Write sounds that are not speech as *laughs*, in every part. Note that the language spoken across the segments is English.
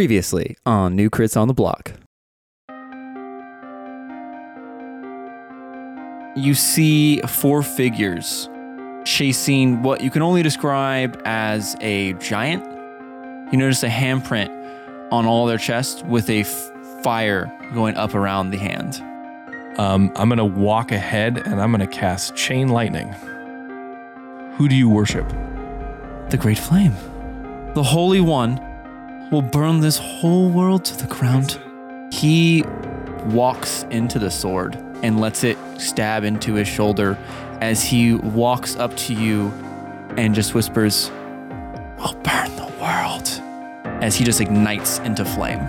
Previously on New Crits on the Block. you see four figures chasing what you can only describe as a giant. You notice a handprint on all their chests with a f- fire going up around the hand. Um, I'm gonna walk ahead and I'm gonna cast chain lightning. Who do you worship? The Great Flame. The Holy One will burn this whole world to the ground. He walks into the sword and lets it stab into his shoulder as he walks up to you and just whispers, We'll burn the world. As he just ignites into flame.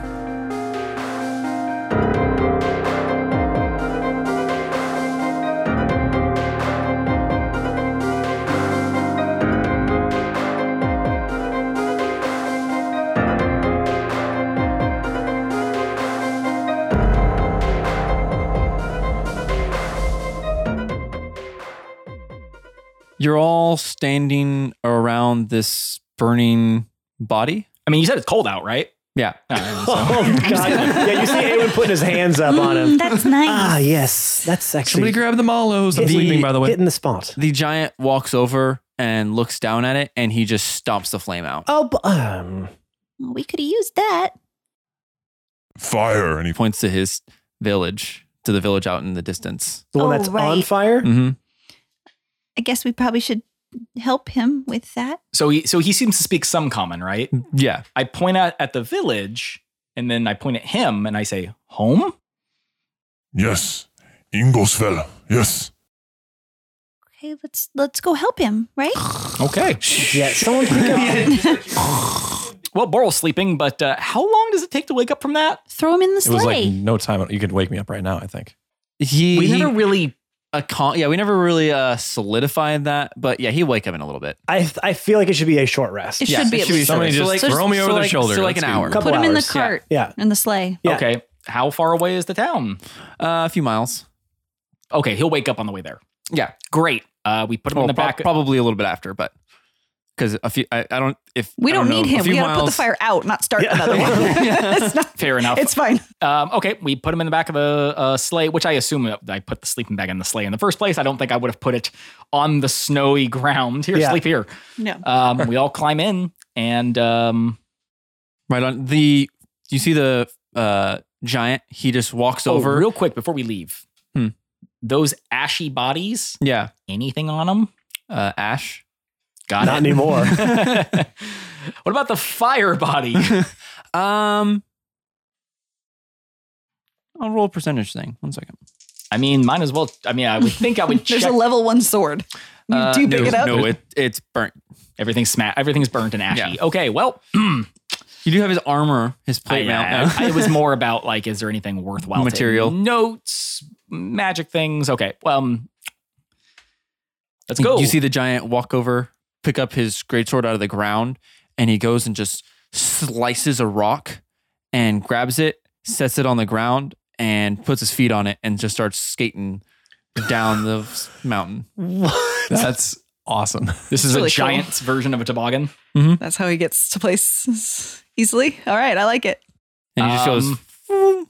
You're all standing around this burning body. I mean, you said it's cold out, right? Yeah. Oh *laughs* god! yeah, you see Awen putting his hands up on Mm, him. *laughs* that's nice. Ah, yes, that's sexy. Somebody grab the mallows. I'm Hit- sleeping, by the way. Hit in the spot. the giant walks over and looks down at it and he just stomps the flame out. Oh, but, um, Well, we could have used that. Fire. And He he points to his village, to the village out in the distance. the one Oh, that's on right. fire. Mm. Mm-hmm. I guess we probably should help him with that. So he so he seems to speak some common, right? Hmm. Yeah. I point out at the village, and then I point at him, and I say, "Home." Yes. Ingolsfell. Yes. Okay, let's let's go help him, *sighs* right? Okay. Yeah, someone pick *laughs* up. Well, Boral's sleeping, but uh, how long does it take to wake up from that? Throw him in the It was like sleigh. no time. You could wake me up right now. I think. He, We he- never really. a con- yeah, we never really uh, solidified that, but yeah, he wake up in a little bit. I I feel like it should be a short rest. It Yeah, should be. it at should be least- short. Somebody So, just like- throw me so, over the like- shoulder. so, like, Let's an go. hour. Couple Put him in the hours, yeah. cart Yeah, in the sleigh. Yeah. Okay. How far away is the town? Uh, a few miles. Okay, he'll wake up on the way there. Yeah. Great. Uh, we put him Well, in the prob- back. probably a little bit after, but because a few, I, I don't, if We I don't, know, need a him. few We gotta put the miles- fire out, not start Yeah. another one. *laughs* *laughs* it's, not, Fair enough. it's fine. Um, okay, we put him in the back of the uh, sleigh, which I assume I put the sleeping bag in the sleigh in the first place. I don't think I would have put it on the snowy ground. Here, Yeah. sleep here. No. Um, we all climb in, and um, Right on the, you see the uh, giant, he just walks Oh, so over. real quick before we leave, Hmm. those ashy bodies, yeah. anything on them? Uh, Ash. Got not it. *laughs* anymore. *laughs* *laughs* what about the fire body? Um, I'll roll a percentage thing. One second. I mean, might as well. I mean, I would think *laughs* I would There's check. a level one sword. You Uh, do you pick no, it up? No, it, it's burnt. everything's sma- everything's burnt and ashy. Yeah. Okay, well, You do have his armor, his plate I, mount. *laughs* I- it was more about like, is there anything worthwhile? Material. to notes, magic things. Okay. Well, um, let's go. You see the giant walk over, pick up his greatsword out of the ground, and he goes and just slices a rock and grabs it, sets it on the ground, and puts his feet on it and just starts skating down the s- mountain. *laughs* *laughs* That's awesome. this is really a cool. giant version of a toboggan. That's how he gets to place easily. All right, I like it. And he just goes, Um,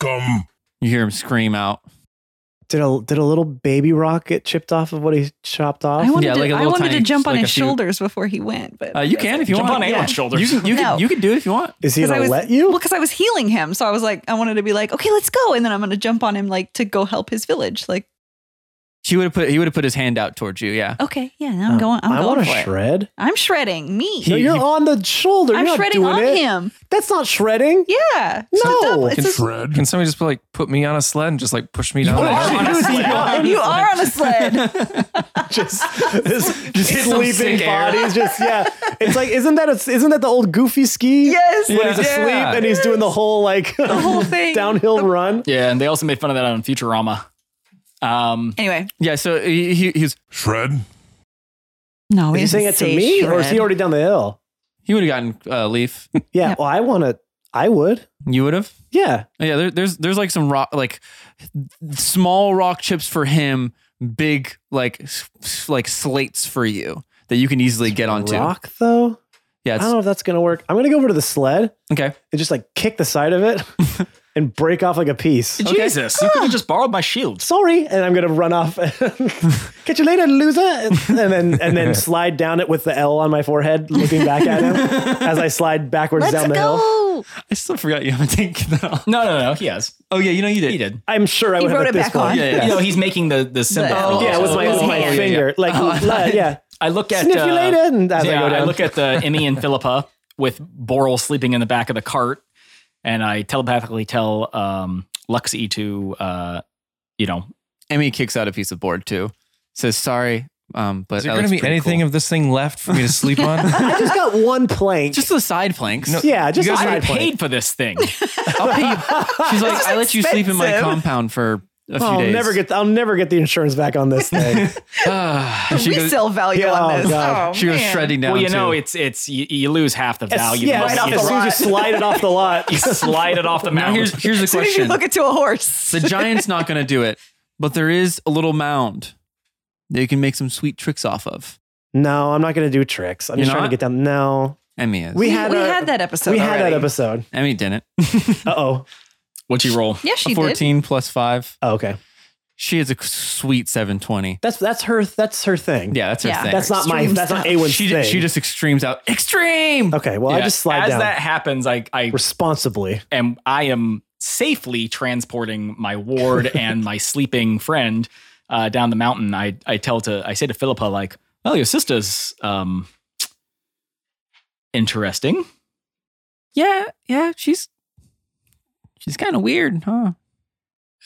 Come. you hear him scream out. Did a did a little baby rock get chipped off of what he chopped off? I wanted, Yeah, like to, a I little wanted tiny- to jump on like a his few- shoulders before he went, but Uh, you can if you Jump want. on Yeah. anyone's shoulders. You can, you, No. can, you can do it if you want. Is he 'Cause I gonna was- let *laughs* you? Well, because I was healing him, so I was like, I wanted to be like, okay, let's go, and then I'm going to jump on him like to go help his village. Like, She would have put. He would have put his hand out towards you. Yeah. okay, yeah, now I'm going. I'm Um, I going wanna for it. shred. I'm shredding me. no, you're on the shoulder. I'm you're not shredding doing on it. him. That's not shredding. Yeah. No. Shut up. It's Can, It's a, *laughs* Fred. can somebody just put, like put me on a sled and just like push me down? You the are mountain? on a sled. you are on a *laughs* sled. just *laughs* this hit some sleeping sick air. bodies. Just yeah, it's like isn't that a, isn't that the old Goofy ski? yes. when he's asleep Yeah. and he's doing the whole like *laughs* The whole thing. downhill run. yeah, and they also made fun of that on Futurama. Um, Anyway, Yeah. So he, he he's Shred. *gasps* no, Is he saying it to me, or is he already down the hill? he would have gotten uh, leaf. *laughs* Yeah. Well, I want to. I would. You would have. Yeah. Yeah. There, there's there's like some rock like small rock chips for him. Big like s- s- like slates for you that you can easily get onto. Rock though. Yeah, I it's, don't know if that's gonna work. I'm gonna go over to the sled okay. and just like kick the side of it and break off like a piece. Jesus, you could have just borrowed my shield. Sorry, and I'm gonna run off. *laughs* Catch you later, loser, and, and then and then slide down it with the L on my forehead, looking back at him as I slide backwards down the hill. I still forgot you haven't taken that off. No, no, no, he has. Oh yeah, you know you did. He did. I'm sure I He would have wrote at it this back point. on. Yeah, yeah. No, he's making the the symbol. Oh, Yeah, with my, His with my hand. finger, like blood, yeah. I look at Sniff you uh, later, and as I yeah, go down. look at *laughs* the Emmy and Philippa with Boral sleeping in the back of the cart, and I telepathically tell um, Luxie to, uh, you know, Emmy kicks out a piece of board too. Says sorry, um, but Is there that going to looks be pretty anything cool." of this thing left for me to *laughs* sleep on? I just got one plank. just the side planks. No. yeah, just you a guys I side plank. paid for *laughs* this thing. I'll pay you. She's like, I let you sleep in my expensive. compound for a Oh, few Oh, I'll days. never get. I'll never get the insurance back on this thing. Ah, The she goes. resale value Yeah, on this. oh, God. Oh, She goes man. shredding down. well, you know, too. it's it's you, you lose half the as, value. yeah, because as, Right off you the as soon as you lot. slide it off the *laughs* lot, slide it off the now mountain. here's *laughs* here's the As soon as you question. hook it to a horse. The giant's not going to do it, but there is a little mound that you can make some sweet tricks off of. no, I'm not going to do tricks. I'm You're just trying not? to get down. No, Emmy is. we had we our- had that episode. we had that already. episode. Emmy didn't. Uh oh. What'd you roll? Yeah, she a did. 14 plus five. Oh, okay. She has a sweet 720. That's that's her. That's her thing. Yeah, that's her Yeah. thing. That's not my. Extreme That's not stuff. a one's she, thing. ju- she just extremes out. Extreme! Okay. Well, I Yeah, just slide As down that happens, I I *laughs* responsibly. am I am safely transporting my ward *laughs* and my sleeping friend uh, down the mountain. I I tell to I say to Philippa like, "Well, your sister's um, interesting." Yeah, yeah, she's she's kind of weird, huh?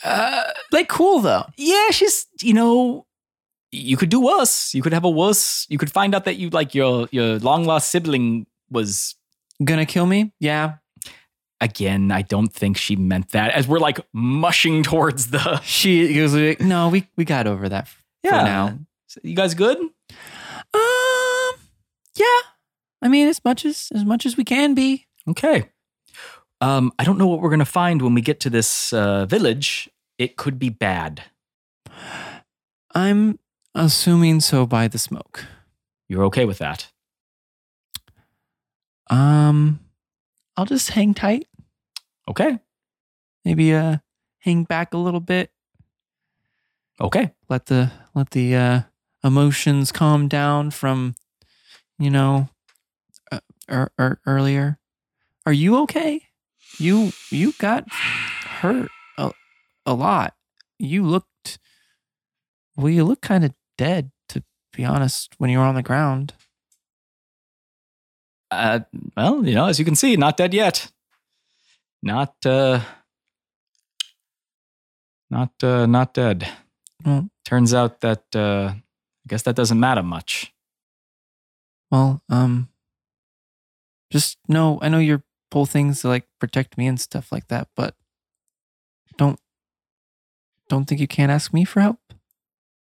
Uh, like cool though. Yeah, she's you know, you could do worse. You could have a worse. You could find out that you like your your long lost sibling was Gonna kill me? Yeah. again. I don't think she meant that. As we're like mushing towards the She goes like, no, we we got over that f- Yeah. for now. You guys good? Um, yeah. I mean, as much as as much as we can be. Okay. Um, I don't know what we're gonna find when we get to this uh, village. It could be bad. I'm assuming so by the smoke. You're okay with that? Um, I'll just hang tight. Okay. Maybe uh, hang back a little bit. Okay. Let the let the uh, emotions calm down from, you know, uh, er, er, earlier. Are you okay? You you got hurt a, a lot. You looked well. You look kind of dead, to be honest. When you were on the ground, Uh, well, you know, as you can see, not dead yet. Not. Uh, not. Uh, not dead. Hmm. Turns out that uh, I guess that doesn't matter much. Well, um, just no. I know your whole things to like protect me and stuff like that, but don't don't think you can't ask me for help.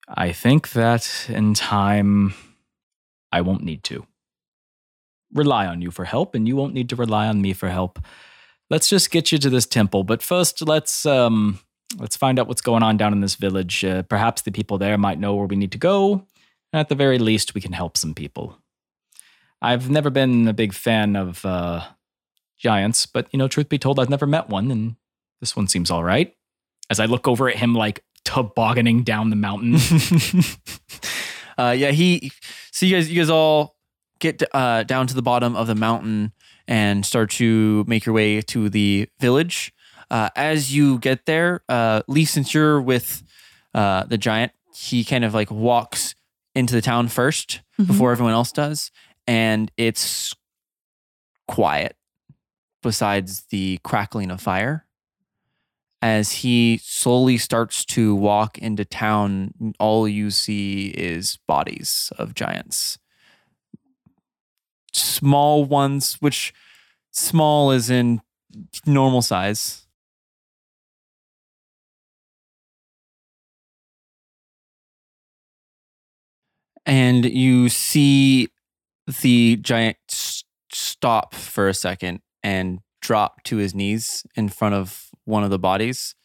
I think that in time, I won't need to rely on you for help, and you won't need to rely on me for help. Let's just get you to this temple, but first, let's um, let's find out what's going on down in this village. Uh, perhaps the people there might know where we need to go, and at the very least, we can help some people. I've never been a big fan of uh, giants, but you know, truth be told, I've never met one, and this one seems all right. As I look over at him, like tobogganing down the mountain. uh, yeah, he. So you guys, you guys all get uh, down to the bottom of the mountain and start to make your way to the village. Uh, as you get there, uh, Lee, since you're with uh, the giant, he kind of like walks into the town 1st Mhm. before everyone else does, and it's quiet besides the crackling of fire as he slowly starts to walk into town, all you see is bodies of giants. Small ones, which small is in normal size. And you see the giant s- stop for a second and drop to his knees in front of one of the bodies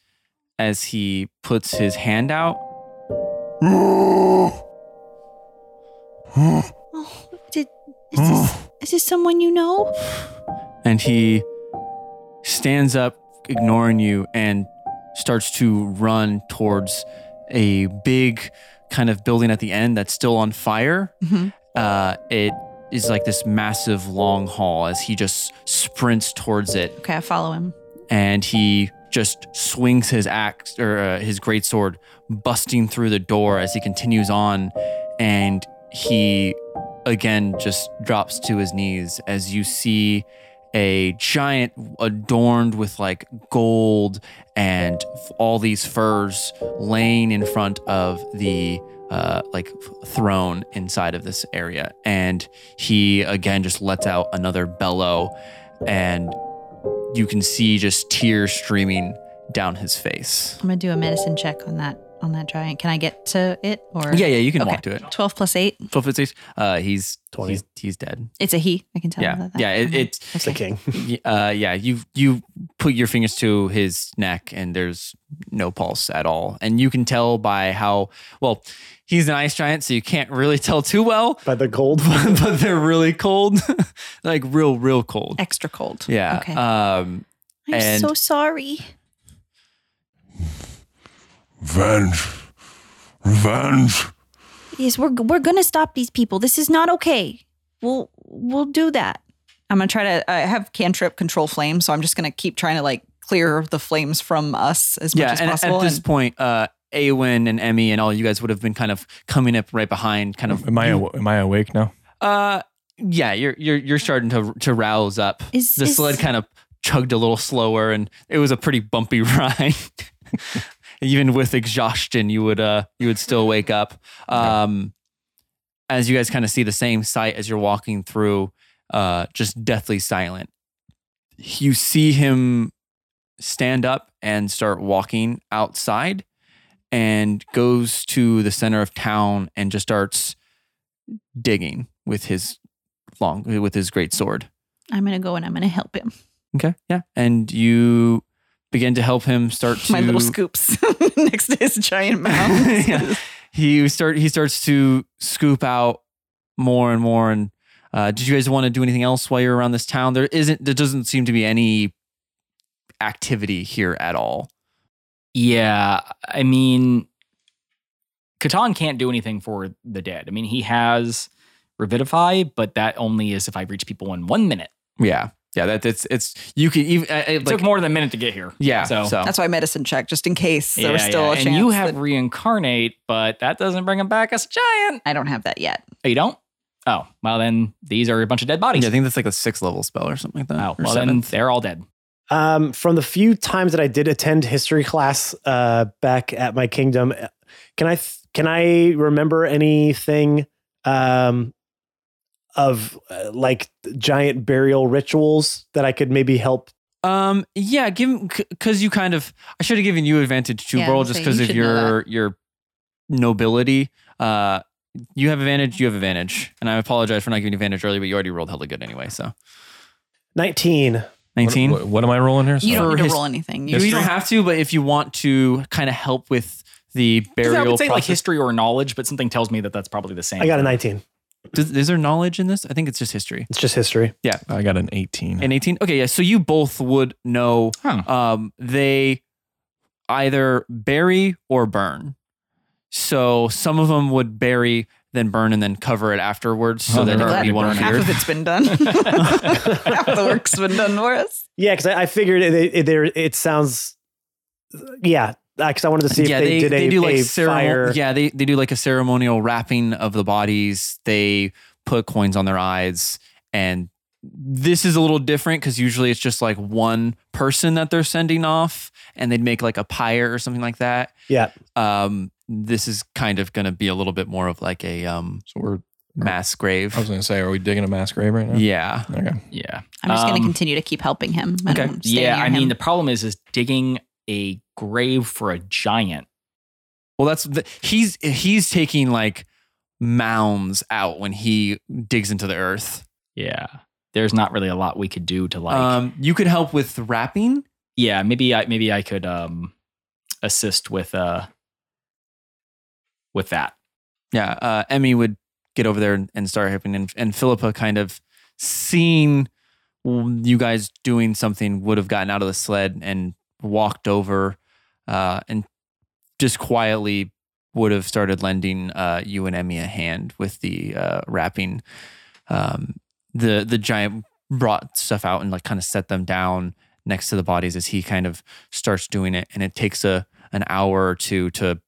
as he puts his hand out. Oh, did is this, Is this someone you know? and he stands up, ignoring you, and starts to run towards a big kind of building at the end that's still on fire. Mhm. Uh, it is like this massive long hall as he just sprints towards it Okay, I follow him. and he just swings his axe or uh, his greatsword, busting through the door as he continues on. And he again just drops to his knees as you see a giant adorned with like gold and f- all these furs laying in front of the uh, like f- throne inside of this area. And he again just lets out another bellow and you can see just tears streaming down his face. I'm gonna do a medicine check on that on that giant. Can I get to it or Yeah, yeah, you can walk Okay. to it. Twelve plus eight. So if it's eight, uh, he's 20. he's he's dead. It's a he. I can tell. yeah, by that. yeah, it, Okay. it's It's the king. *laughs* uh, yeah. You you put your fingers to his neck, and there's no pulse at all, and you can tell by how well he's an ice giant, so you can't really *laughs* tell too well, By the gold. but, but they're really cold, *laughs* like real real cold. extra cold. Yeah. Okay. Um. I'm And- so sorry. Revenge. Revenge. Yes, we're we're gonna stop these people. This is not okay. We'll we'll do that. I'm gonna try to. I have cantrip control flame, so I'm just gonna keep trying to like clear the flames from us as yeah, much as and possible. at this and- point, uh, Awen and Emmy and all you guys would have been kind of coming up right behind, kind of. Am I aw- am I awake now? Uh, yeah, you're you're you're starting to to rouse up. Is- the is- sled kind of chugged a little slower, and it was a pretty bumpy *laughs* ride. Even with exhaustion, you would uh you would still wake up. Um, as you guys kind of see the same sight as you're walking through, uh, just deathly silent. You see him stand up and start walking outside, and goes to the center of town and just starts digging with his long with his great sword. I'm gonna go and I'm gonna help him. Okay. Yeah. And you begin to help him *laughs* start to *laughs* My little scoops *laughs* next to *laughs* his giant mouth. Yeah. He start he starts to scoop out more and more. And uh, did you guys want to do anything else while you're around this town? There isn't there doesn't seem to be any activity here at all. Yeah, I mean, Catan can't do anything for the dead. I mean, he has revivify, but that only is if I reach people in one minute. Yeah. Yeah. That it's it's you can even uh, It like took more than a minute to get here. yeah. so. So, That's why medicine check, just in case there was Yeah, still yeah. a chance. and you have that- reincarnate, but that doesn't bring him back as a giant. I don't have that yet. Oh, you don't? Oh, well then these are a bunch of dead bodies. yeah, I think that's like a six level spell or something like that. oh, or well then seventh. they're all dead. Um, from the few times that I did attend history class uh, back at my kingdom, uh, can I th- can I remember anything um, of uh, like giant burial rituals that I could maybe help? Um. Yeah. Give because you kind of. I should have given you advantage to Yeah, I roll was just saying, because you of should know your your nobility. Uh, you have advantage. You have advantage, and I apologize for not giving you advantage earlier, but you already rolled hella good anyway. So Nineteen. nineteen. What, what am I rolling here? You Sorry. don't For need to his- roll anything. you, you don't have to, but if you want to, kind of help with the I burial would say process. like history or knowledge, but something tells me that that's probably the same. I got a nineteen. Does, is there knowledge in this? I think it's just history. It's just history. I got an 18. And eighteen. Okay. Yeah. So you both would know. Huh. um, they either bury or burn. So some of them would bury, then burn, and then cover it afterwards, so Oh, that it they're would be already one burning. Half weird. of it's been *laughs* done. Half the work's been done for us. Yeah, because I, I figured it, it, there. It sounds. Yeah, because I wanted to see if yeah, they, they, did a, do like a ceremo- fire. Yeah, they, they do like a ceremonial wrapping of the bodies. They put coins on their eyes, and this is a little different because usually it's just like one person that they're sending off, and they'd make like a pyre or something like that. Yeah. Um, this is kind of going to be a little bit more of like a um so we're, mass grave. I was going to say, are we digging a mass grave right now? Yeah. Okay. Yeah. I'm just going Um, to continue to keep helping him. I don't okay. wanna stay Yeah, near I mean him. the problem is is digging a grave for a giant. Well, that's the, he's he's taking like mounds out when he digs into the earth. Yeah. There's not really a lot we could do to like um, you could help with wrapping. yeah, maybe I maybe I could um assist with uh with that. Yeah, uh, Emmy would get over there and, and start helping, and, and Philippa kind of seeing you guys doing something, would have gotten out of the sled and walked over uh, and just quietly would have started lending uh, you and Emmy a hand with the uh, wrapping. Um, the the giant brought stuff out and like kind of set them down next to the bodies as he kind of starts doing it, and it takes a an hour or two to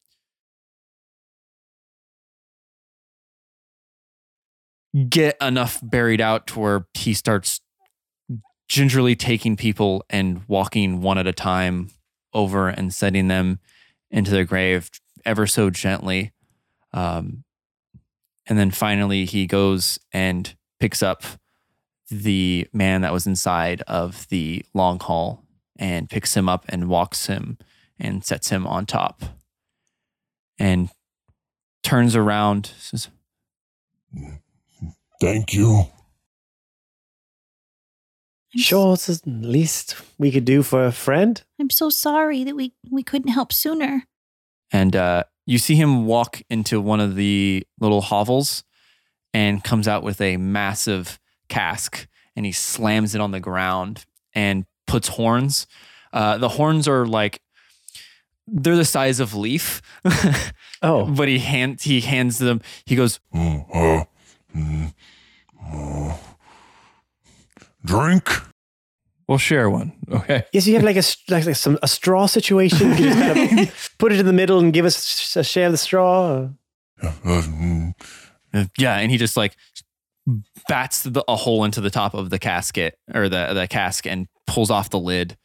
get enough buried out to where he starts gingerly taking people and walking one at a time over and setting them into their grave ever so gently. Um, and then finally, he goes and picks up the man that was inside of the long haul and picks him up and walks him and sets him on top and turns around, says, Thank you. I'm s- Sure, it's the least we could do for a friend. I'm so sorry that we we couldn't help sooner. and uh, you see him walk into one of the little hovels and comes out with a massive cask and he slams it on the ground and puts horns uh, the horns are like they're the size of leaf *laughs* Oh, but he hand, he hands them he goes Mm, uh, mm, uh, drink? We'll share one. Okay. yes, you have like a s- like, like some a straw situation. You can just kind *laughs* of put it in the middle and give us sh- a share of the straw. Uh, mm, "Uh, yeah and he just like bats the, a hole into the top of the casket or the, the cask and pulls off the lid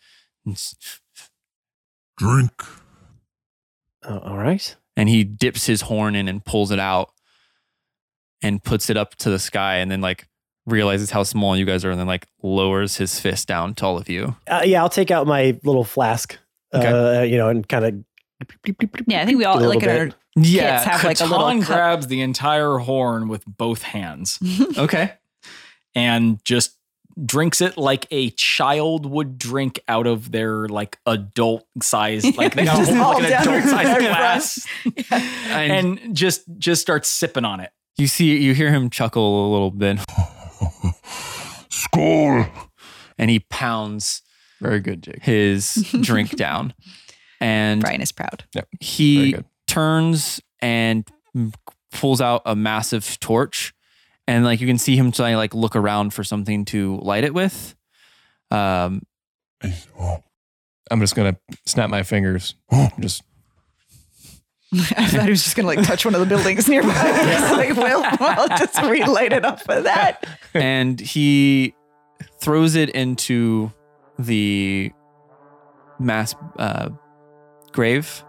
and s- drink. Oh, all right. and he dips his horn in and pulls it out and puts it up to the sky and then like realizes how small you guys are and then like lowers his fist down to all of you. Uh, yeah, I'll take out my little flask. Uh, you know, and kind of Yeah, I think we all Little like at our bit. Yeah, Kids have, like, a little Catan cup. grabs the entire horn with both hands okay. and just drinks it like a child would drink out of their like adult *laughs* size like they got a Just whole, all like an down adult their size front. *laughs* glass And, and, just just starts sipping on it you see you hear him chuckle a little bit *laughs* Skull. and he pounds Very good, Jake. his drink down. And *laughs* Brian is proud. *laughs* Very he good. turns and pulls out a massive torch and like you can see him trying to like look around for something to light it with um Oh, I'm just gonna snap my fingers. *gasps* Just I thought he was just gonna like touch one of the *laughs* buildings nearby. *laughs* like, well, well, just relight it up for that. *laughs* and he throws it into the mass uh, grave.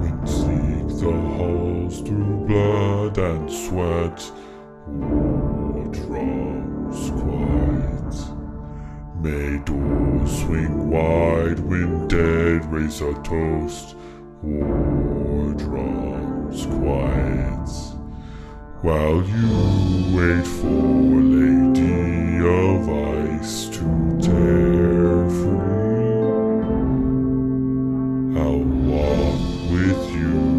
and seek the halls through blood and sweat. War drums quiet. May doors swing wide when dead raise a toast. War drums quiet. While you wait for Lady of Ice to tear free. I'll walk with you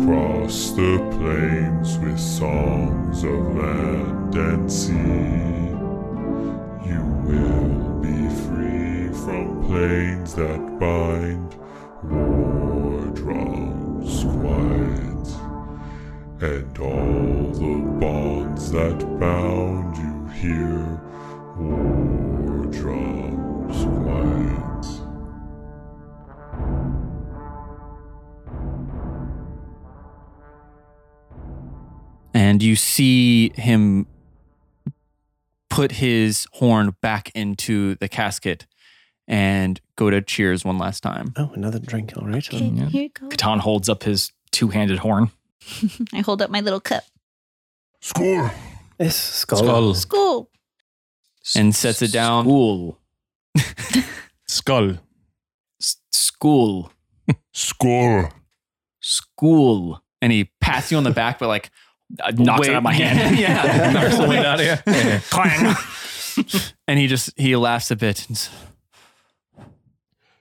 across the plains with songs of land and sea. You will be free from plains that bind war drums quiet. And all the bonds that bound you here, war drums quiet. And you see him put his horn back into the casket and go to cheers one last time. oh another drink. All right. Okay, yeah. here it goes. Catan holds up his two-handed horn I hold up my little cup. Skull. Yes, skull. skull. School. And sets it down. school Skull. S- school Skull. school And he pats you on the back, but like uh, *laughs* knocks it wait- out of *laughs* my *laughs* *laughs* hand yeah. Knocks the wind out of *laughs* you. *laughs* and he just he laughs a bit and s-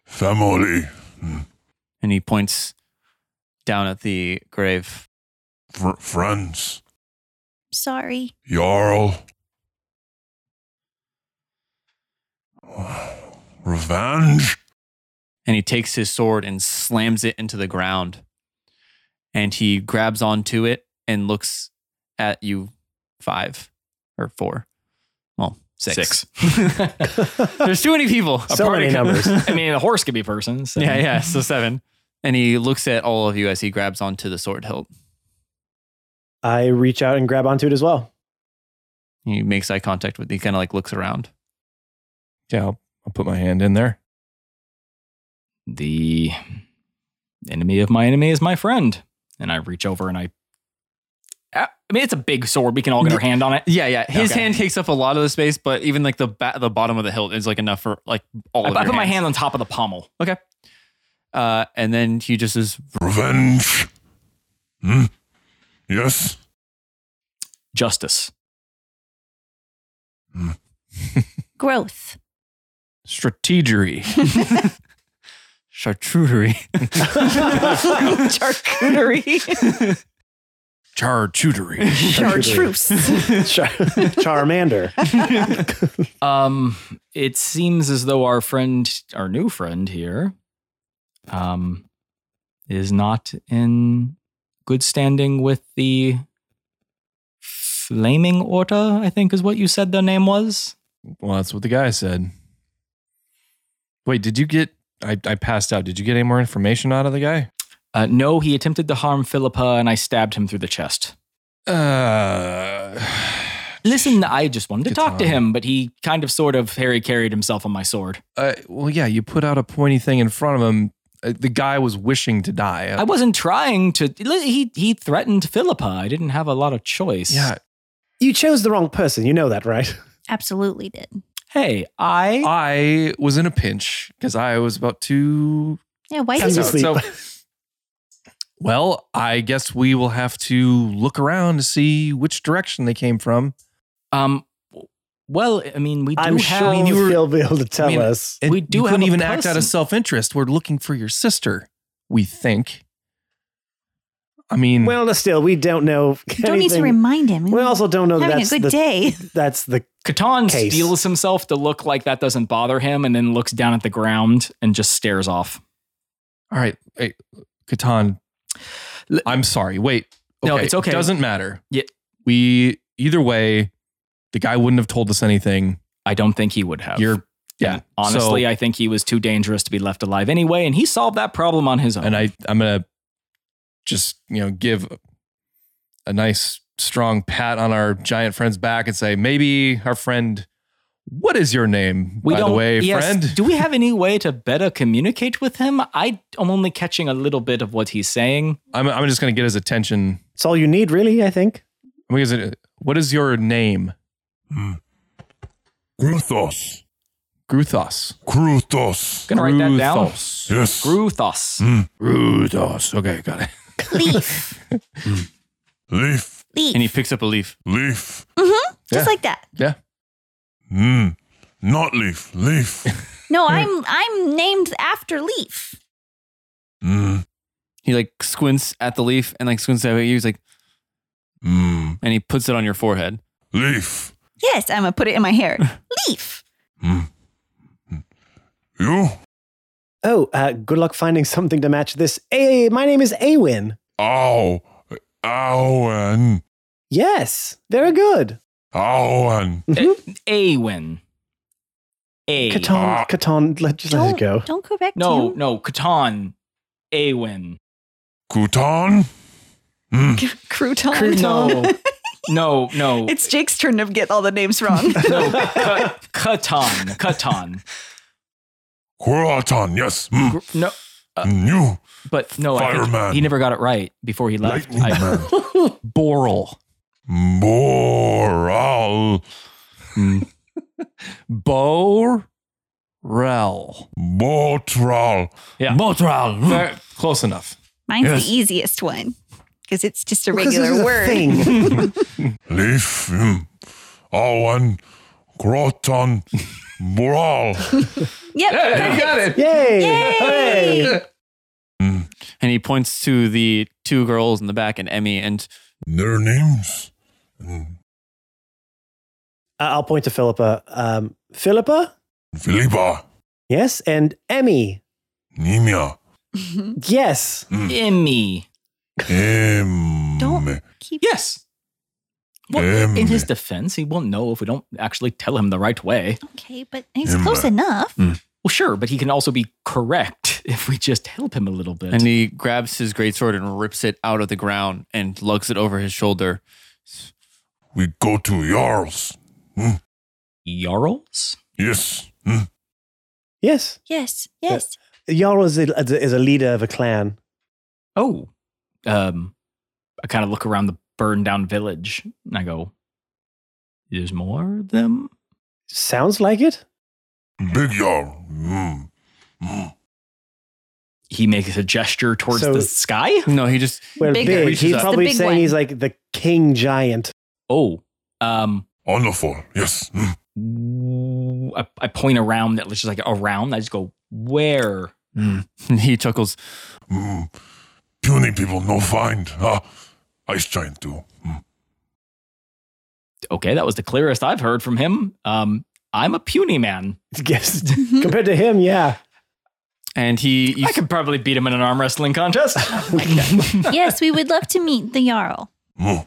Family. And he points down at the grave. Fr- friends. Sorry. Jarl. *sighs* Revenge? And he takes his sword and slams it into the ground. And he grabs onto it and looks at you five or four. Well, six. *laughs* There's too many people. So many *laughs* numbers. *laughs* I mean, a horse could be person. So. Yeah, yeah. So seven. And he looks at all of you as he grabs onto the sword hilt. *laughs* I reach out and grab onto it as well. He makes eye contact with. He kind of like looks around. Yeah, I'll, I'll put my hand in there. The enemy of my enemy is my friend. And I reach over and I. uh, I mean, it's a big sword. We can all get our hand on it. Yeah, yeah. His Okay. hand takes up a lot of the space, but even like the ba- the bottom of the hilt is like enough for like all. I, of I your put my hands. hand on top of the pommel. Okay. Uh, and then he just is. Revenge? Hmm? Yes? Justice. Growth. Strategery. Charcuterie. *laughs* Charcuterie. Charcuterie. Chartreuse. *laughs* Char- Charmander. Um, it seems as though our friend, our new friend here, um, is not in good standing with the Flaming Orta. I think is what you said their name was. well, that's what the guy said. Wait, did you get? I, I passed out. Did you get any more information out of the guy? Uh, no, he attempted to harm Philippa, and I stabbed him through the chest. Uh, *sighs* Listen, I just wanted to Good talk to time. him, but he kind of, sort of, Harry carried himself on my sword. uh, well, yeah, you put out a pointy thing in front of him. Uh, the guy was wishing to die. I wasn't trying to. He he threatened Philippa. I didn't have a lot of choice. yeah, You chose the wrong person. You know that, right? Absolutely did. Hey, I I was in a pinch because I was about to Yeah, why Sounds did you asleep. So, well, I guess we will have to look around to see which direction they came from. Um. w- Well, I mean, we do I'm have. sure you'll be able to tell I mean, us. And We do You couldn't have a even act out person. of self-interest. We're looking for your sister. We think. I mean, Well, still, we don't know. mm. don't need to anything. remind him. We also don't know that having a that's good the, day. that's the Catan Case. steals himself to look like that doesn't bother him, and then looks down at the ground and just stares off. all right, hey, Catan. L- I'm sorry. Wait. No, it's okay. Doesn't matter. Yeah. We either way, the guy wouldn't have told us anything. I don't think he would have. You're yeah. And honestly, So- I think he was too dangerous to be left alive anyway, and he solved that problem on his own. and I I'm gonna just you know give a nice strong pat on our giant friend's back and say maybe our friend what is your name we by don't. the way yes, friend do we *laughs* have any way to better communicate with him? I am only catching a little bit of what he's saying. I'm I'm just gonna get his attention it's all you need, really. I think. I'm gonna say, what is your name Kruthos. Gruthos Kruthos. Gonna write that down. Gruthos. Yes. Gruthos. Gruthos okay got it Leaf. Leaf. Leaf. And *laughs* he picks up a leaf. Leaf. Mm-hmm. Just Yeah. like that. yeah Hmm. Not leaf. Leaf. No, I'm I'm named after Leaf. Hmm. He like squints at the leaf and like squints at you. He's like, Hmm. and he puts it on your forehead. Leaf. Yes, I'm gonna put it in my hair. Leaf. You? Oh, uh, good luck finding something to match this. Hey, my name is Awin. Ow. Owen. Yes, very good. Owen. Awen. A. Catan, Catan, let just let Ah. Don't, it go. don't correct No, him. no, Catan. Awen. Kutan? Hmm. *laughs* Crouton. No. No, no. It's Jake's turn to get all the *laughs* names wrong. no, Ca- Catan. Catan. Kuratan. Yes. Hmm. No, Hmm. You? but no, I think Fireman. he never got it right before he left. Lightning I- Man. Boral *laughs* Boral. Borel Botral. yeah Motral. Fair- close enough Mine's Yes. the easiest one because it's just a 'Cause this is regular a word. thing. *laughs* mm, *laughs* Leaf. Hmm. Owen. Groton. brawl. Yep. you got it. Yay! Uh, Yay! Mm. And he points to the two girls in the back and Emmy and Their names. Mm. Uh, I'll point to Philippa. Um, Philippa, Philippa, yes, and Emmy, Nimia, *laughs* yes. mm, Emmy. Em. Don't- Keep Yes. Well, Emmy. in his defense, he won't know if we don't actually tell him the right way. okay, but he's Emma. close enough. Well, sure, but he can also be correct *laughs* if we just help him a little bit. and he grabs his greatsword and rips it out of the ground and lugs it over his shoulder. We go to Jarl's. Jarls? Yes. Mm. Yes, Yes. Yes. Jarl is a, is a leader of a clan. Oh. Um, I kind of look around the burned down village and I go, there's more of them? Sounds like it. Big Jarl. Mm. Mm. He makes a gesture towards So- the sky. No, he just Well, Big- big. Reaches He's up. probably The big saying one. he's like the king giant. *laughs* Oh, um, Wonderful. Yes. Mm. I, I point around, that- which is like around. I just go, where? Mm. he chuckles. Mm. Puny people, no find. Ah, ice giant too. Mm. Okay, that was the clearest I've heard from him. Um, I'm a puny man. Yes, Mm-hmm. compared to him, yeah. And he, you, I could probably beat him in an arm *laughs* *laughs* wrestling contest. *laughs* I yes, we would love to meet the Jarl. Mm.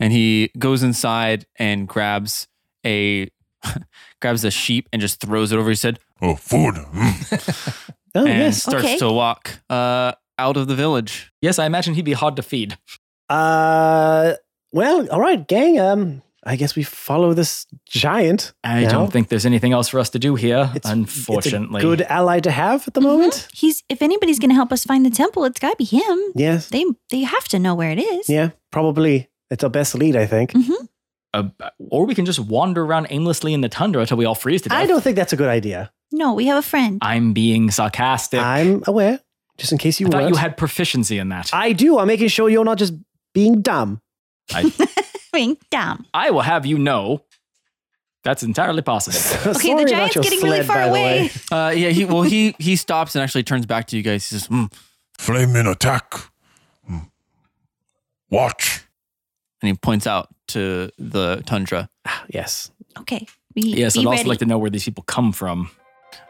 and he goes inside and grabs a *laughs* grabs a sheep and just throws it over his head Oh, food. Mm. Oh and yes. starts Okay. to walk uh, out of the village. yes, I imagine he'd be hard to feed. Uh, well, all right, gang. Um, I guess we follow this giant. I now. don't think there's anything else for us to do here, It's- unfortunately. it's a good ally to have at the Mm-hmm. moment. He's if anybody's gonna help us find the temple, it's gotta be him. Yes. They they have to know where it is. Yeah. Probably. It's our best lead, I think. hmm Uh, or we can just wander around aimlessly in the tundra till we all freeze to death. I don't think that's a good idea. No, we have a friend. I'm being sarcastic. I, I'm aware, just in case you thought weren't. you had proficiency in that. I, I do. I'm making sure you're not just being dumb. Bring down. will have you know that's entirely possible. *laughs* *laughs* Okay, the giant's getting really far away. Uh, yeah, he well he *laughs* he stops and actually turns back to you guys. He says, mm, Flame in attack. Mm. Watch. and he points out to the tundra. Ah, Yes. *laughs* Okay. Be, yes, be I'd also ready. like to know where these people come from.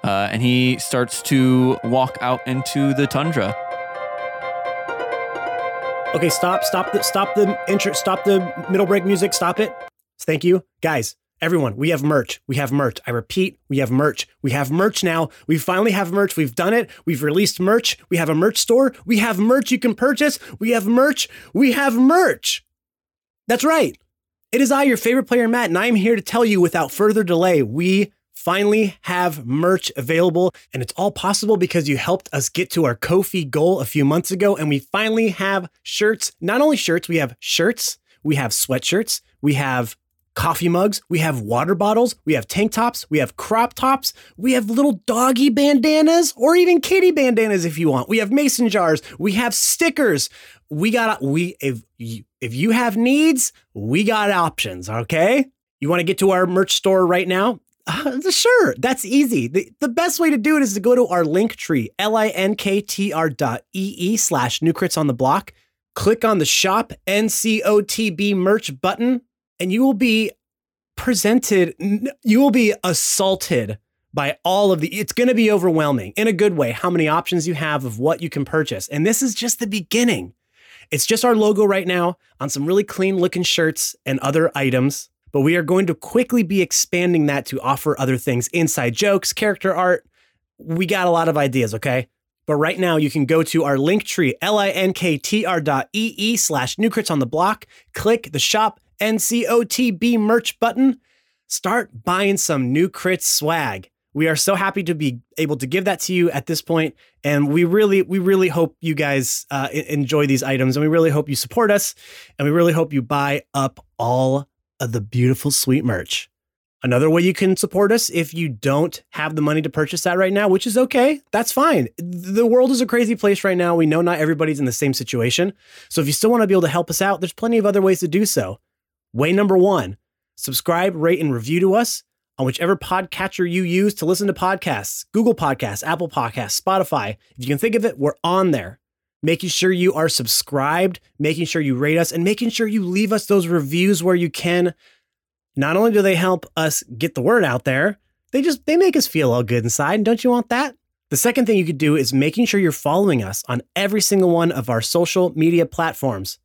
Uh, and he starts to walk out into the tundra. Okay, stop, stop, the, stop the intro, stop the middle break music, stop it. Thank you, guys. Everyone, we have merch. We have merch. I repeat, we have merch. We have merch now. We finally have merch. We've done it. We've released merch. We have a merch store. We have merch you can purchase. We have merch. We have merch. That's right. It is I, your favorite player, Matt, and I am here to tell you without further delay, we finally have merch available. And it's all possible because you helped us get to our Kofi goal a few months ago. And we finally have shirts. Not only shirts, we have shirts, we have sweatshirts, we have coffee mugs, we have water bottles, we have tank tops, we have crop tops, we have little doggy bandanas or even kitty bandanas if you want. We have mason jars, we have stickers. We got we if you, if you have needs, we got options, okay? You want to get to our merch store right now? Uh, sure, that's easy. The, the best way to do it is to go to our link tree, linktr dot ee slash new crits on the block. Click on the shop NCOTB merch button, and you will be presented, n- you will be assaulted by all of the, it's going to be overwhelming in a good way how many options you have of what you can purchase. And this is just the beginning. It's just our logo right now on some really clean looking shirts and other items, but we are going to quickly be expanding that to offer other things inside jokes, character art. We got a lot of ideas, okay? But right now you can go to our link tree, linktr dot ee slash new crits on the block, click the shop NCOTB merch button, start buying some new crits swag. We are so happy to be able to give that to you at this point and we really we really hope you guys uh, e- enjoy these items and we really hope you support us and we really hope you buy up all of the beautiful sweet merch another way you can support us if you don't have the money to purchase that right now which is okay that's fine the world is a crazy place right now we know not everybody's in the same situation so if you still want to be able to help us out there's plenty of other ways to do so way number one subscribe rate and review to us on whichever podcatcher you use to listen to podcasts Google Podcasts, Apple Podcasts, Spotify. If you can think of it, we're on there. Making sure you are subscribed, making sure you rate us, and making sure you leave us those reviews where you can. Not only do they help us get the word out there, they just they make us feel all good inside. And don't you want that? The second thing you could do is making sure you're following us on every single one of our social media platforms.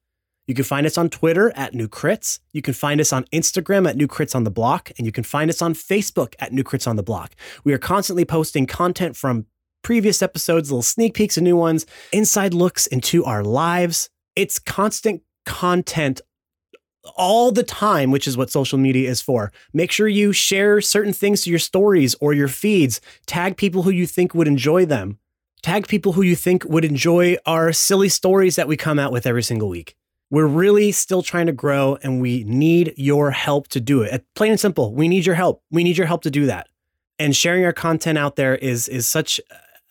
You can find us on Twitter at New Crits. You can find us on Instagram at New Crits on the Block. And you can find us on Facebook at New Crits on the Block. We are constantly posting content from previous episodes, little sneak peeks of new ones, inside looks into our lives. It's constant content all the time, which is what social media is for. Make sure you share certain things to your stories or your feeds. Tag people who you think would enjoy them. Tag people who you think would enjoy our silly stories that we come out with every single week. We're really still trying to grow and we need your help to do it. Uh, Plain and simple, we need your help. We need your help to do that. And sharing our content out there is is such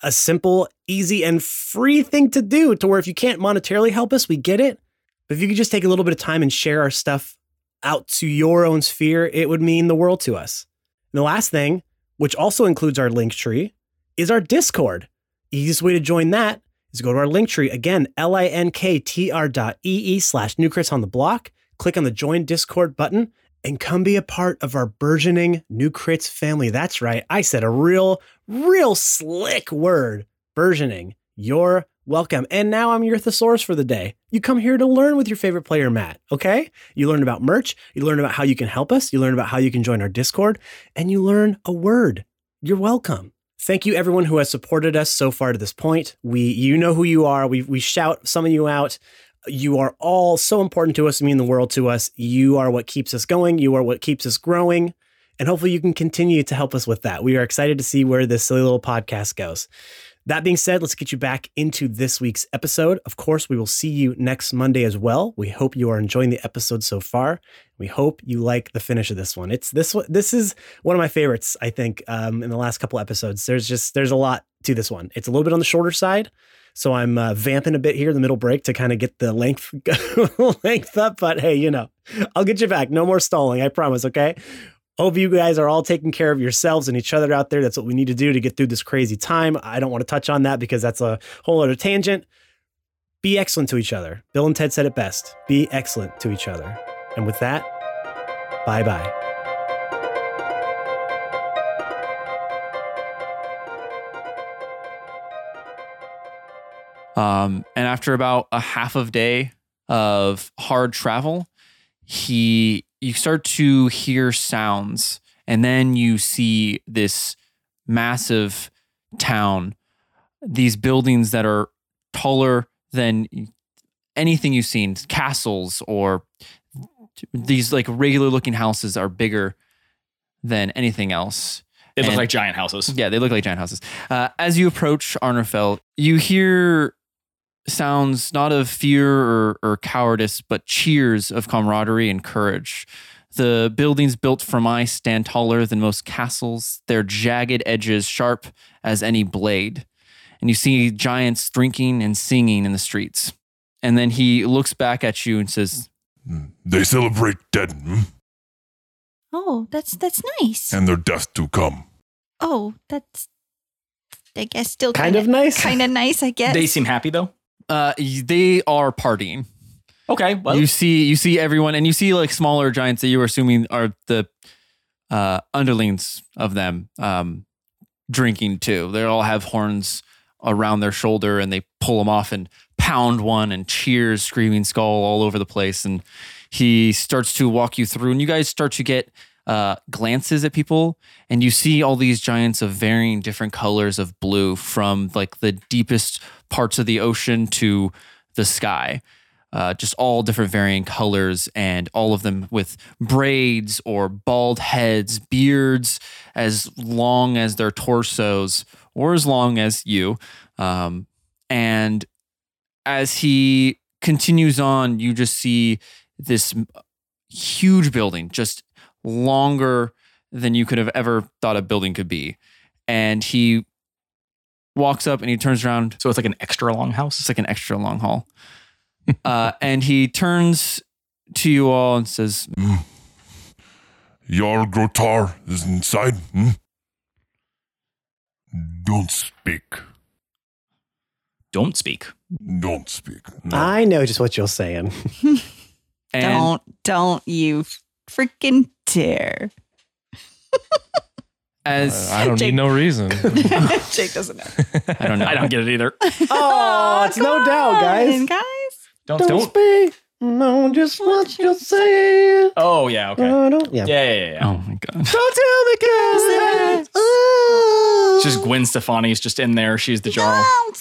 a simple, easy and free thing to do to where if you can't monetarily help us, we get it. But if you could just take a little bit of time and share our stuff out to your own sphere, it would mean the world to us. And the last thing, which also includes our link tree, is our Discord. Easiest way to join that is go to our link tree again, linktr dot ee slash newcrits on the block. Click on the join Discord button and come be a part of our burgeoning new crits family. That's right. I said a real, real slick word, burgeoning. You're welcome. And now I'm your thesaurus for the day. You come here to learn with your favorite player, Matt. Okay. You learn about merch. You learn about how you can help us. You learn about how you can join our Discord and you learn a word. You're welcome. Thank you everyone who has supported us so far to this point. We you know who you are. We we shout some of you out. You are all so important to us, mean the world to us. You are what keeps us going. You are what keeps us growing. And hopefully you can continue to help us with that. We are excited to see where this silly little podcast goes. That being said, let's get you back into this week's episode. Of course, we will see you next Monday as well. We hope you are enjoying the episode so far. We hope you like the finish of this one. It's this one. This is one of my favorites. I think um, in the last couple episodes, there's just there's a lot to this one. It's a little bit on the shorter side, so I'm uh, vamping a bit here in the middle break to kind of get the length *laughs* length up. But hey, you know, I'll get you back. No more stalling. I promise. Okay. Hope you guys are all taking care of yourselves and each other out there. That's what we need to do to get through this crazy time. I don't want to touch on that because that's a whole other tangent. Be excellent to each other. Bill and Ted said it best be excellent to each other. And with that, bye bye. Um, and after about a half of day of hard travel, he you start to hear sounds, and then you see this massive town, these buildings that are taller than anything you've seen, castles or these like regular looking houses are bigger than anything else. They look And- like giant houses. Yeah, they look like giant houses. Uh, as you approach Arnerfell, you hear sounds not of fear or, or cowardice, but cheers of camaraderie and courage. The buildings built from ice stand taller than most castles, their jagged edges sharp as any blade. And you see giants drinking and singing in the streets. And then he looks back at you and says, Hmm. They celebrate dead hmm? Oh, that's that's nice. and their death to come. oh, that's I guess *laughs* still Kind of nice. kind of nice. I guess They seem happy though. uh, they are partying. Okay. Well, you see, you see everyone, and you see like smaller giants that you are assuming are the uh, underlings of them um, drinking too. They all have horns around their shoulder, and they pull them off and pound one and cheers, screaming skull all over the place. And he starts to walk you through, and you guys start to get uh, glances at people, and you see all these giants of varying different colors of blue, from like the deepest parts of the ocean to the sky uh, just all different varying colors and all of them with braids or bald heads, beards as long as their torsos or as long as you. Um, and as he continues on, you just see this m- huge building, just longer than you could have ever thought a building could be. And he walks up and he turns around so it's like an extra long it's house. like an extra long haul. uh, and he turns to you all and says, Jarl Grotar is inside. Hmm? Don't speak. Don't speak. Don't speak. No. Ah. I know just what you're saying. And don't, don't you freaking dare. *laughs* as Uh, I don't need no reason. Jake doesn't know. *laughs* I *laughs* don't know, I don't get it either. Oh, it's no come doubt, guys. on, guys. *laughs* Don't, speak. No, just what you're saying. Oh yeah. Okay. I don't- yeah. yeah, yeah, yeah, *laughs* yeah. Oh my *laughs* god. Don't tell me, cause It's *laughs* just Gwen Stefani's just in there. She's the jarl. Ah, oh,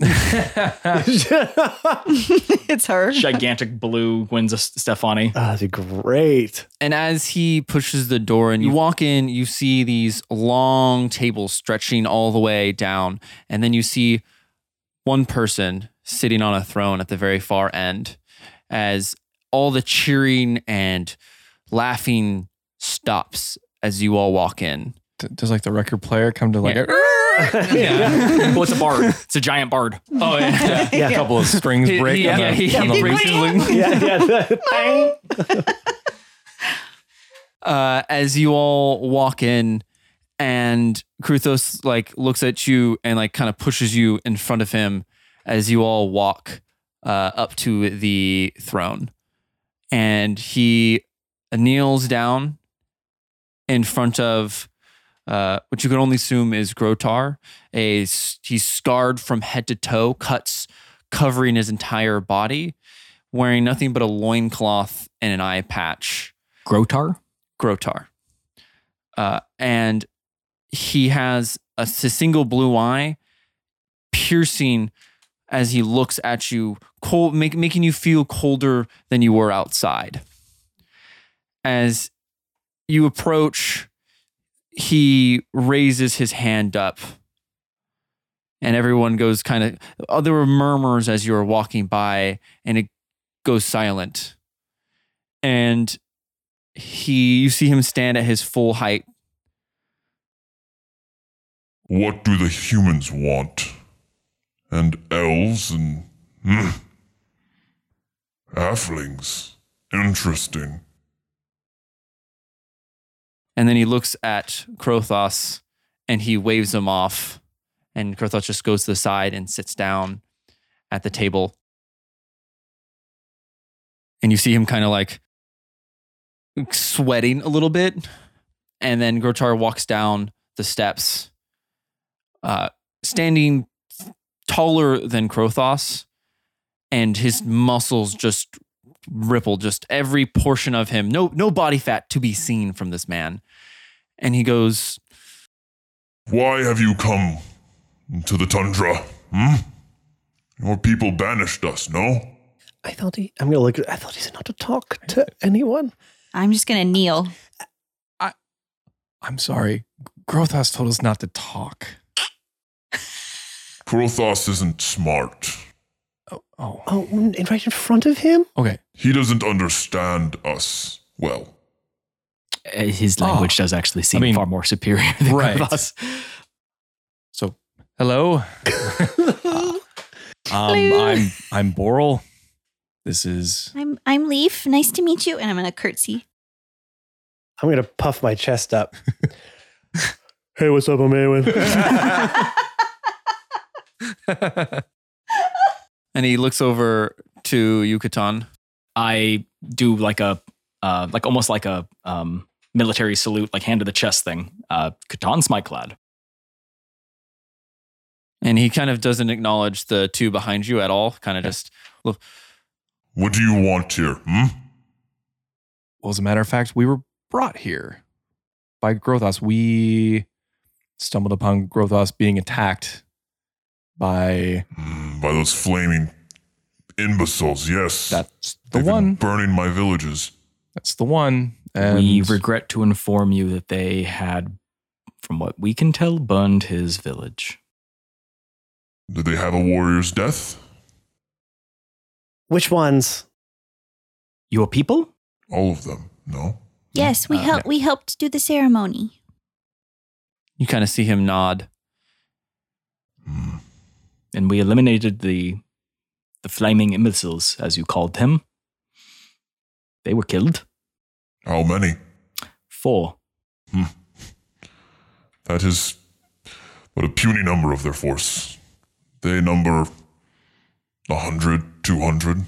*laughs* it's her. *laughs* Gigantic blue *laughs* Gwen Stefani. that'd be great. And as he pushes the door and you walk in, you see these long tables stretching all the way down. And then you see one person sitting on a throne at the very far end as all the cheering and laughing stops as you all walk in. D- Does like the record player come to *laughs* like Yeah. *laughs* well, it's a bard. It's a giant bard. Oh, yeah. Yeah. *laughs* a couple of *laughs* strings He- break? he- on yeah, the- he- on he the- breaks his wing. Yeah, yeah. Bang. uh, as you all walk in and Kruthos like looks at you and like kind of pushes you in front of him as you all walk uh, up to the throne and he kneels down in front of uh, what you can only assume is Grotar. A, s- he's scarred from head to toe, cuts covering his entire body, wearing nothing but a loincloth and an eye patch. Grotar. Grotar. Uh, and he has a, s- single blue eye piercing as he looks at you, cold, make, making you feel colder than you were outside. As you approach, he raises his hand up. And everyone goes kind of, oh, there were murmurs as you were walking by, and it goes silent. And he you see him stand at his full height What do the humans want? And elves and. Hmm. Halflings. Interesting. and then he looks at Krothos and he waves him off and Krothos just goes to the side and sits down at the table and you see him kind of like sweating a little bit and then Grotar walks down the steps uh standing taller than Krothos and his muscles just ripple just every portion of him no no body fat to be seen from this man and he goes Why have you come to the tundra? Hmm? Your people banished us, no? I thought he. I'm gonna look. I thought he's not to talk to anyone. I'm just *laughs* *laughs* gonna kneel. I'm sorry. Grothos told us not to talk. Krothos isn't smart. Oh, Oh, and right in front of *laughs* him. okay. He doesn't understand us well. Uh, His language Ah. does actually seem mean, far more superior than right. Grotar's. So, hello. um, I'm I'm Boral. This is I'm I'm Leaf. Nice to meet you. And I'm gonna curtsy. I'm gonna puff my chest up. *laughs* hey, what's up, I'm Eowyn. and he looks over to Yucatan. I do like a uh, like almost like a um, military salute, like hand to the chest thing. Uh, Katan's my clad. And he kind of doesn't acknowledge the two behind you at all. Kind of just What do you want here? Hmm? well, as a matter of fact, we were brought here by Grothos. We stumbled upon Grothos being attacked by Mm, by those flaming imbeciles, yes. that's the They've been one. burning my villages. That's the one. And we regret to inform you that they had, from what we can tell, burned his village. Did they have a warrior's death? *laughs* Which ones? Your people? All of them, no? Yes, we Uh, helped we helped do the ceremony. *laughs* you kind of see him nod. Hmm. And we eliminated the the flaming imbeciles, as you called them. They were killed. How many? Four. That is but a puny number of their force. They number a hundred, two hundred.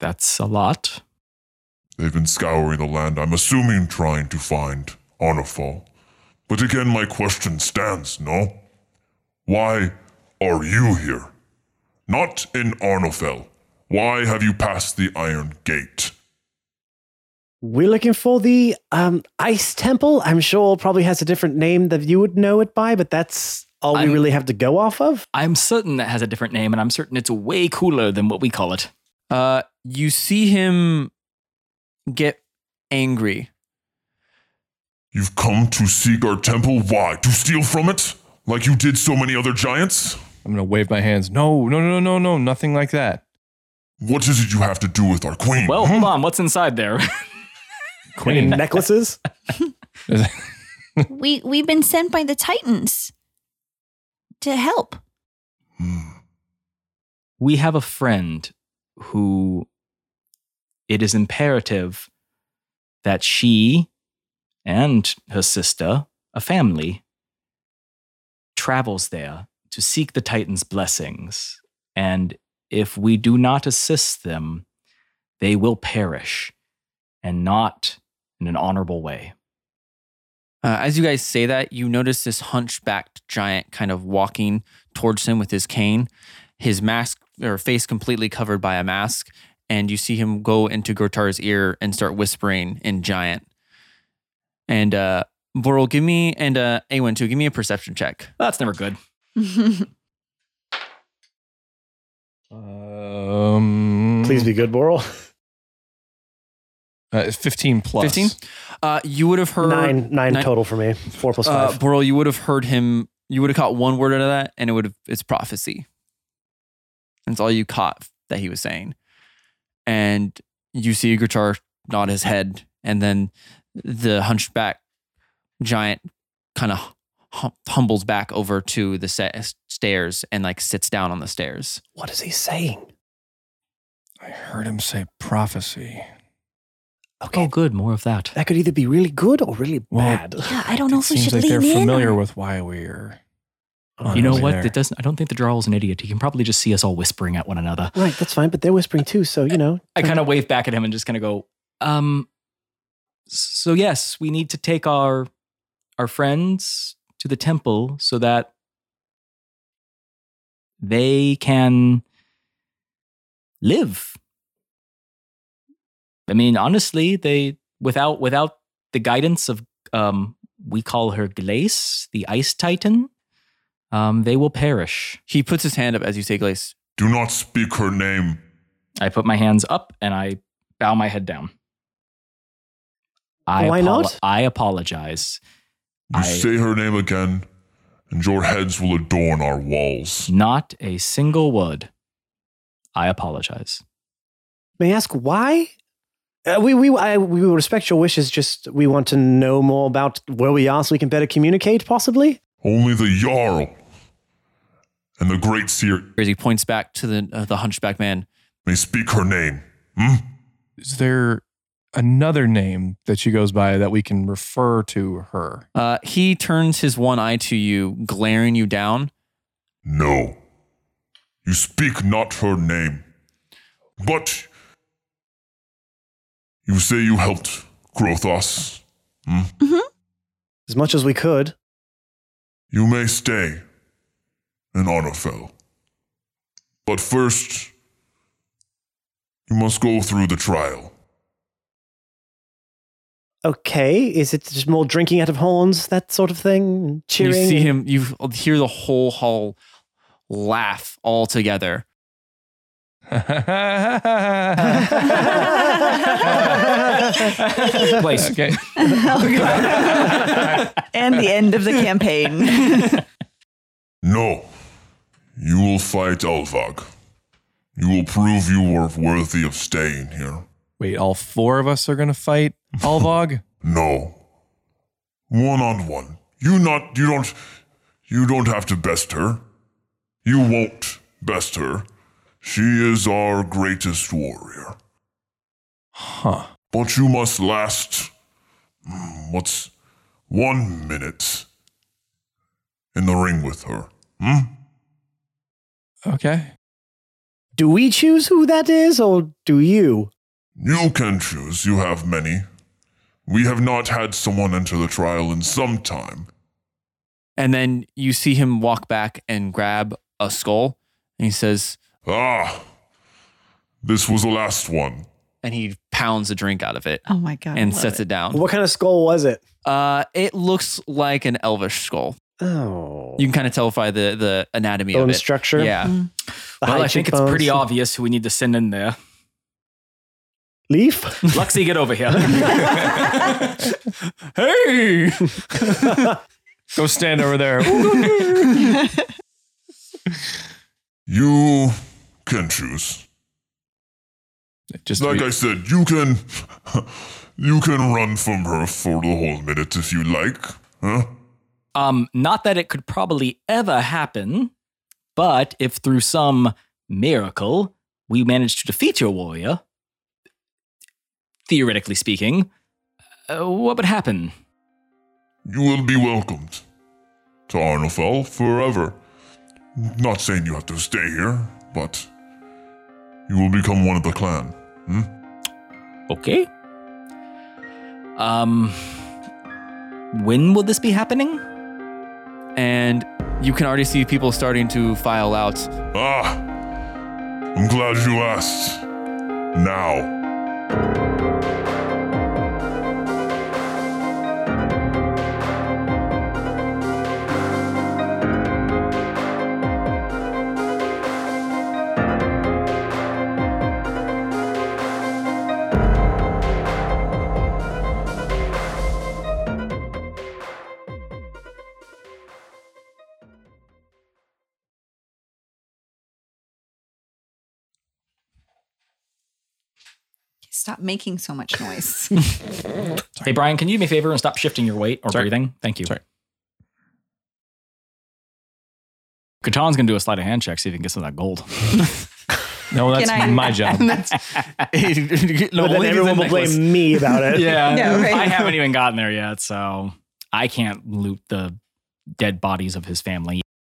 That's a lot. They've been scouring the land, I'm assuming trying to find Arnafal. But again, my question stands, no? Why are you here? Not in Arnofel. Why have you passed the Iron Gate? We're looking for the um, Ice Temple. I'm sure probably has a different name that you would know it by, but that's all we I'm- really have to go off of. I'm certain that has a different name, and I'm certain it's way cooler than what we call it. Uh, you see him get angry. You've come to seek our temple? Why? To steal from it? Like you did so many other giants? I'm gonna wave my hands. No, no, no, no, no, nothing like that. What is it you have to do with our queen? Well, hmm? hold on. What's inside there? *laughs* Queen. Necklaces. we we've been sent by the Titans to help. Hmm. we have a friend who it is imperative that she and her sister, a family, travels there to seek the Titan's blessings. And if we do not assist them, they will perish and not in an honorable way. Uh, as you guys say that, you notice this hunchbacked giant kind of walking towards him with his cane, his mask or face completely covered by a mask, and you see him go into Gortar's ear and start whispering in giant. And uh, Boral, give me and uh, A1 too, give me a perception check. That's never good. Um, Please be good, Boral. Uh, 15 plus. 15? Uh, you would have heard Nine, nine nine- total for me. Four plus uh, five. Boral, you would have heard him. You would have caught one word out of that, and it would have it's prophecy. That's all you caught that he was saying, and you see Guitar nod his head, and then the hunchback giant kind of hum- humbles back over to the sa- stairs and like sits down on the stairs. what is he saying? I heard him say prophecy. Okay, Oh, good. More of that. that could either be really good or really Well, bad. yeah, I don't know it if we seems should like lean they're in. familiar or- with why we're. on You know over what? there. It doesn't. I don't think the drawl is an idiot. He can probably just see us all whispering at one another. Right, that's fine. But they're whispering too, so you know. I kind of wave back at him and just kind of go, um, so yes, we need to take our our friends to the temple so that they can live. I mean, honestly, they without without the guidance of um we call her Glace, the ice titan, um, they will perish. He puts his hand up as you say, "Glace." Do not speak her name. I put my hands up and I bow my head down. I Why apolo- not? I apologize. You I- say her name again, and your heads will adorn our walls. Not a single word. I apologize. May I ask why? Uh, we we I, we will respect your wishes. Just we want to know more about where we are, so we can better communicate. Possibly. Only the Jarl and the Great Seer As he points back to the uh, the hunchback man, may speak her name. Hmm? Is there another name that she goes by that we can refer to her? uh, he turns his one eye to you, glaring you down. No. You speak not her name. But you say you helped Grothos. As much as we could. You may stay in Honorfell. But first, you must go through the trial. Okay, is it just more drinking out of horns, that sort of thing, cheering? You see him. You hear the whole hall laugh all together. *laughs* Place. okay. and the end of the campaign. *laughs* *laughs* No. You will fight Alvag. You will prove you were worthy of staying here. Wait, all four of us are going to fight Alvog? No. One on one. You not you don't you don't have to best her. You won't best her. She is our greatest warrior. Huh. But you must last Hmm, What's one minute in the ring with her? Hmm? Okay. *laughs* Do we choose who that is, or do you? You can choose. You have many. We have not had someone enter the trial in some time. And then you see him walk back and grab a skull. And he says, Ah, this was the last one. and he pounds a drink out of it Oh my god. and sets it, down. What kind of skull was it? Uh, it looks like an elvish skull. Oh, You can kind of tell by the, the anatomy bone of it. structure. Yeah. The Well, high I think it's pretty cheekbones. obvious who we need to send in there. *laughs* Leaf. Luxy, get over *laughs* here. *laughs* Hey! Go stand over there. You can choose. Just Like we- I said, you can *laughs* you can run from her for the whole minute if you like. Huh? um, not that it could probably ever happen, but if through some miracle we manage to defeat your warrior, theoretically speaking, uh, what would happen? You will be welcomed to Arnolfell forever. Not saying you have to stay here, but you will become one of the clan. Hmm? Okay. Um, when will this be happening? and you can already see people starting to file out. Ah, I'm glad you asked. Now. Stop making so much noise. Hey, Brian, can you do me a favor and stop shifting your weight or Sorry. breathing? Thank you. Sorry. Katan's gonna do a sleight of hand check, see if he can get some of that gold. *laughs* no, that's Can I- my *laughs* job. *laughs* no, but then everyone will *laughs* blame me about it. *laughs* yeah. Yeah, okay. I haven't even gotten there yet, so I can't loot the dead bodies of his family.